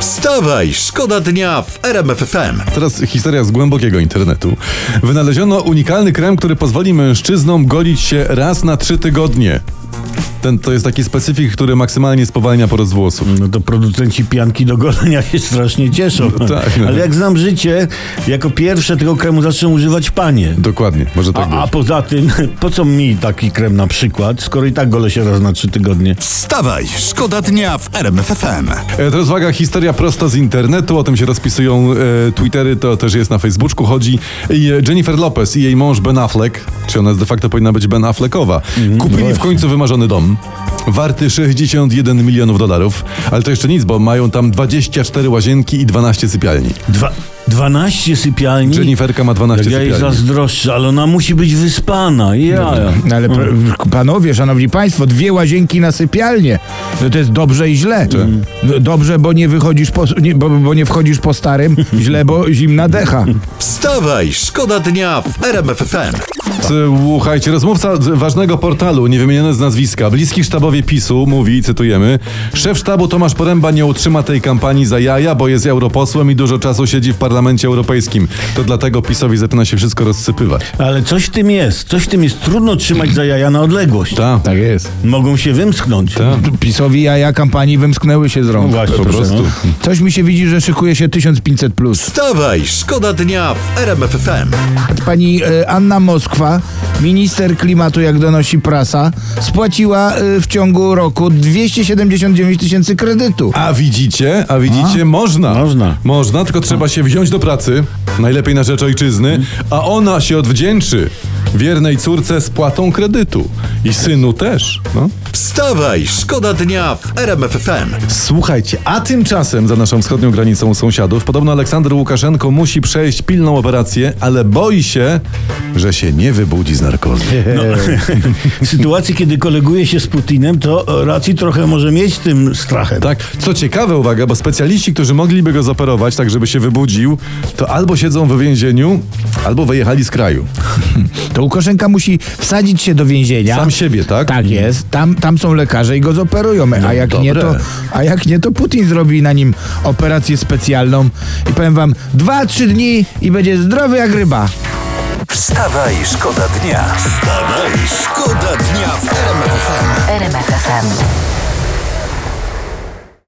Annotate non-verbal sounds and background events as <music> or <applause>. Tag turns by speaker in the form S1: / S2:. S1: Wstawaj, szkoda dnia w RMF FM.
S2: Teraz historia z głębokiego internetu. Wynaleziono unikalny krem, który pozwoli mężczyznom golić się raz na trzy tygodnie. Ten to jest taki specyfik, który maksymalnie spowalnia porost włosów.
S3: No to producenci pianki do golenia się strasznie cieszą.
S2: No tak, no.
S3: Ale jak znam życie, jako pierwsze tego kremu zaczną używać panie.
S2: Dokładnie, może tak
S3: A, a
S2: być.
S3: poza tym, <laughs> po co mi taki krem na przykład, skoro i tak gole się raz na trzy tygodnie?
S1: Wstawaj, szkoda dnia w RMF FM.
S2: E, Teraz uwaga, historia prosto z internetu, o tym się rozpisują e, Twittery, to też jest na Facebooku, chodzi i, e, Jennifer Lopez i jej mąż Ben Affleck, czy ona de facto powinna być Ben Affleckowa, kupili w
S3: Mhm, no właśnie.
S2: końcu wymarzony dom, warty 61 milionów dolarów, ale to jeszcze nic, bo mają tam 24 łazienki i 12 sypialni.
S3: Dwa, 12 sypialni?
S2: Jenniferka ma 12
S3: Jak ja jej
S2: sypialni.
S3: zazdroszczę, ale ona musi być wyspana. Ja.
S2: tak.
S4: No
S3: Mm.
S4: ale pr- panowie, szanowni państwo, dwie łazienki na sypialnię. No to jest dobrze i źle.
S3: Mm.
S4: No Dobrze, bo nie wychodzisz po, nie, bo, bo nie wchodzisz po starym, źle, bo zimna decha.
S1: Wstawaj, szkoda dnia w RMF FM.
S2: Słuchajcie, rozmówca z ważnego portalu, niewymieniony z nazwiska, bliski sztabowie PiSu mówi, cytujemy, szef sztabu Tomasz Poręba nie utrzyma tej kampanii za jaja, bo jest europosłem i dużo czasu siedzi w parlamencie europejskim. To dlatego PiSowi zaczyna się wszystko rozsypywać.
S3: Ale coś w tym jest. Coś w tym jest. Trudno trzymać za jaja na odległość.
S2: Ta,
S4: Tak jest.
S3: Mogą się wymsknąć.
S4: PiSowi jaja kampanii wymsknęły się z
S3: No
S4: rąk.
S3: właśnie,
S2: Tak. po
S3: proszę,
S2: prostu.
S3: no.
S4: Coś mi się widzi, że szykuje się 1500 plus.
S1: Wstawaj, szkoda dnia w RMF FM.
S4: Pani e, Anna Moskwa, minister klimatu, jak donosi prasa, spłaciła e, w ciągu roku 279 tysięcy kredytu.
S2: A widzicie, a widzicie, można.
S3: Można.
S2: Można, tylko trzeba się wziąć do pracy, najlepiej na rzecz ojczyzny, a ona się odwdzięczy wiernej córce spłatą kredytu. I synu też, no.
S1: Wstawaj, szkoda dnia w RMF FM.
S2: Słuchajcie, a tymczasem za naszą wschodnią granicą sąsiadów podobno Aleksander Łukaszenko musi przejść pilną operację, ale boi się, że się nie wybudzi z narkozy.
S4: <laughs>
S3: <laughs> W sytuacji, kiedy koleguje się z Putinem, to racji trochę może mieć tym strachem.
S2: Tak, co ciekawe, uwaga, bo specjaliści, którzy mogliby go zoperować, tak żeby się wybudził, to albo siedzą w więzieniu, albo wyjechali z kraju.
S4: To Łukaszenka musi wsadzić się do więzienia.
S2: Sam siebie, tak? No
S4: Tak jest, tam, tam są lekarze i go zoperują, a jak, nie,
S2: dobre.
S4: to, a jak nie, to Putin zrobi na nim operację specjalną i powiem wam, dwa, trzy dni i będzie zdrowy jak ryba.
S1: Wstawaj, szkoda dnia. Wstawaj, szkoda dnia w RMF FM.
S5: RMFFM.